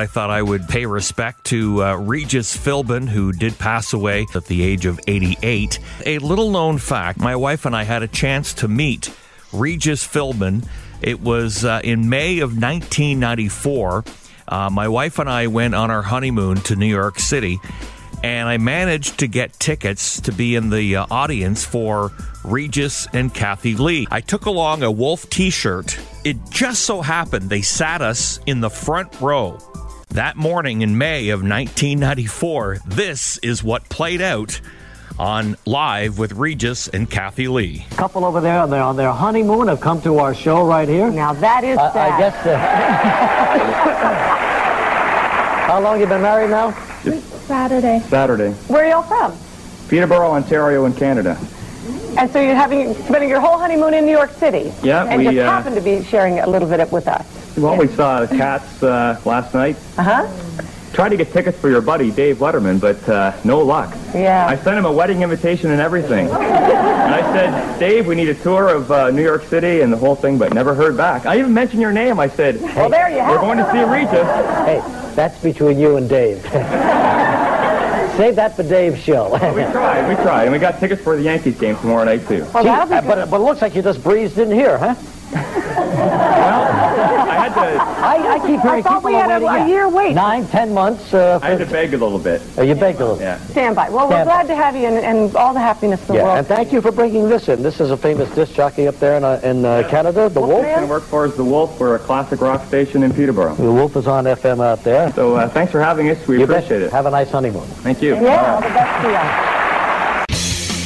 I thought I would pay respect to uh, Regis Philbin, who did pass away at the age of 88. A little known fact my wife and I had a chance to meet Regis Philbin. It was uh, in May of 1994. Uh, my wife and I went on our honeymoon to New York City, and I managed to get tickets to be in the uh, audience for Regis and Kathy Lee. I took along a Wolf t shirt. It just so happened they sat us in the front row. That morning in May of 1994, this is what played out on Live with Regis and Kathy Lee. couple over there on their, on their honeymoon have come to our show right here. Now that is I, sad. I guess. Uh, how long you been married now? Saturday. Saturday. Where are y'all from? Peterborough, Ontario, in Canada. And so you're having spending your whole honeymoon in New York City. Yeah, And we, just uh, happened to be sharing a little bit of- with us. Well, we saw the Cats uh, last night. Uh huh. Tried to get tickets for your buddy, Dave Letterman, but uh, no luck. Yeah. I sent him a wedding invitation and everything. and I said, Dave, we need a tour of uh, New York City and the whole thing, but never heard back. I even mentioned your name. I said, well, there you we're have going it. to see Regis. Hey, that's between you and Dave. Save that for Dave's show. We tried, we tried, and we got tickets for the Yankees game tomorrow night, too. Well, Gee, that'll be uh, good. but, but it looks like you just breezed in here, huh? I had to, I, I keep hearing I thought people we had are a, waiting, yeah. a year wait. Nine, ten months. Uh, I had to beg a little bit. for- you baked a little. Yeah. Stand by. Well, we're Stand by. glad to have you and, and all the happiness in the Yeah, and world. thank you for bringing this in. This is a famous disc jockey up there in, uh, in uh, Canada, The Wolf. And work for is The Wolf. We're a classic rock station in Peterborough. The Wolf is on FM out there. So uh, thanks for having us. We You bet. appreciate it. Have a nice honeymoon. Thank you. yeah, all the best to you.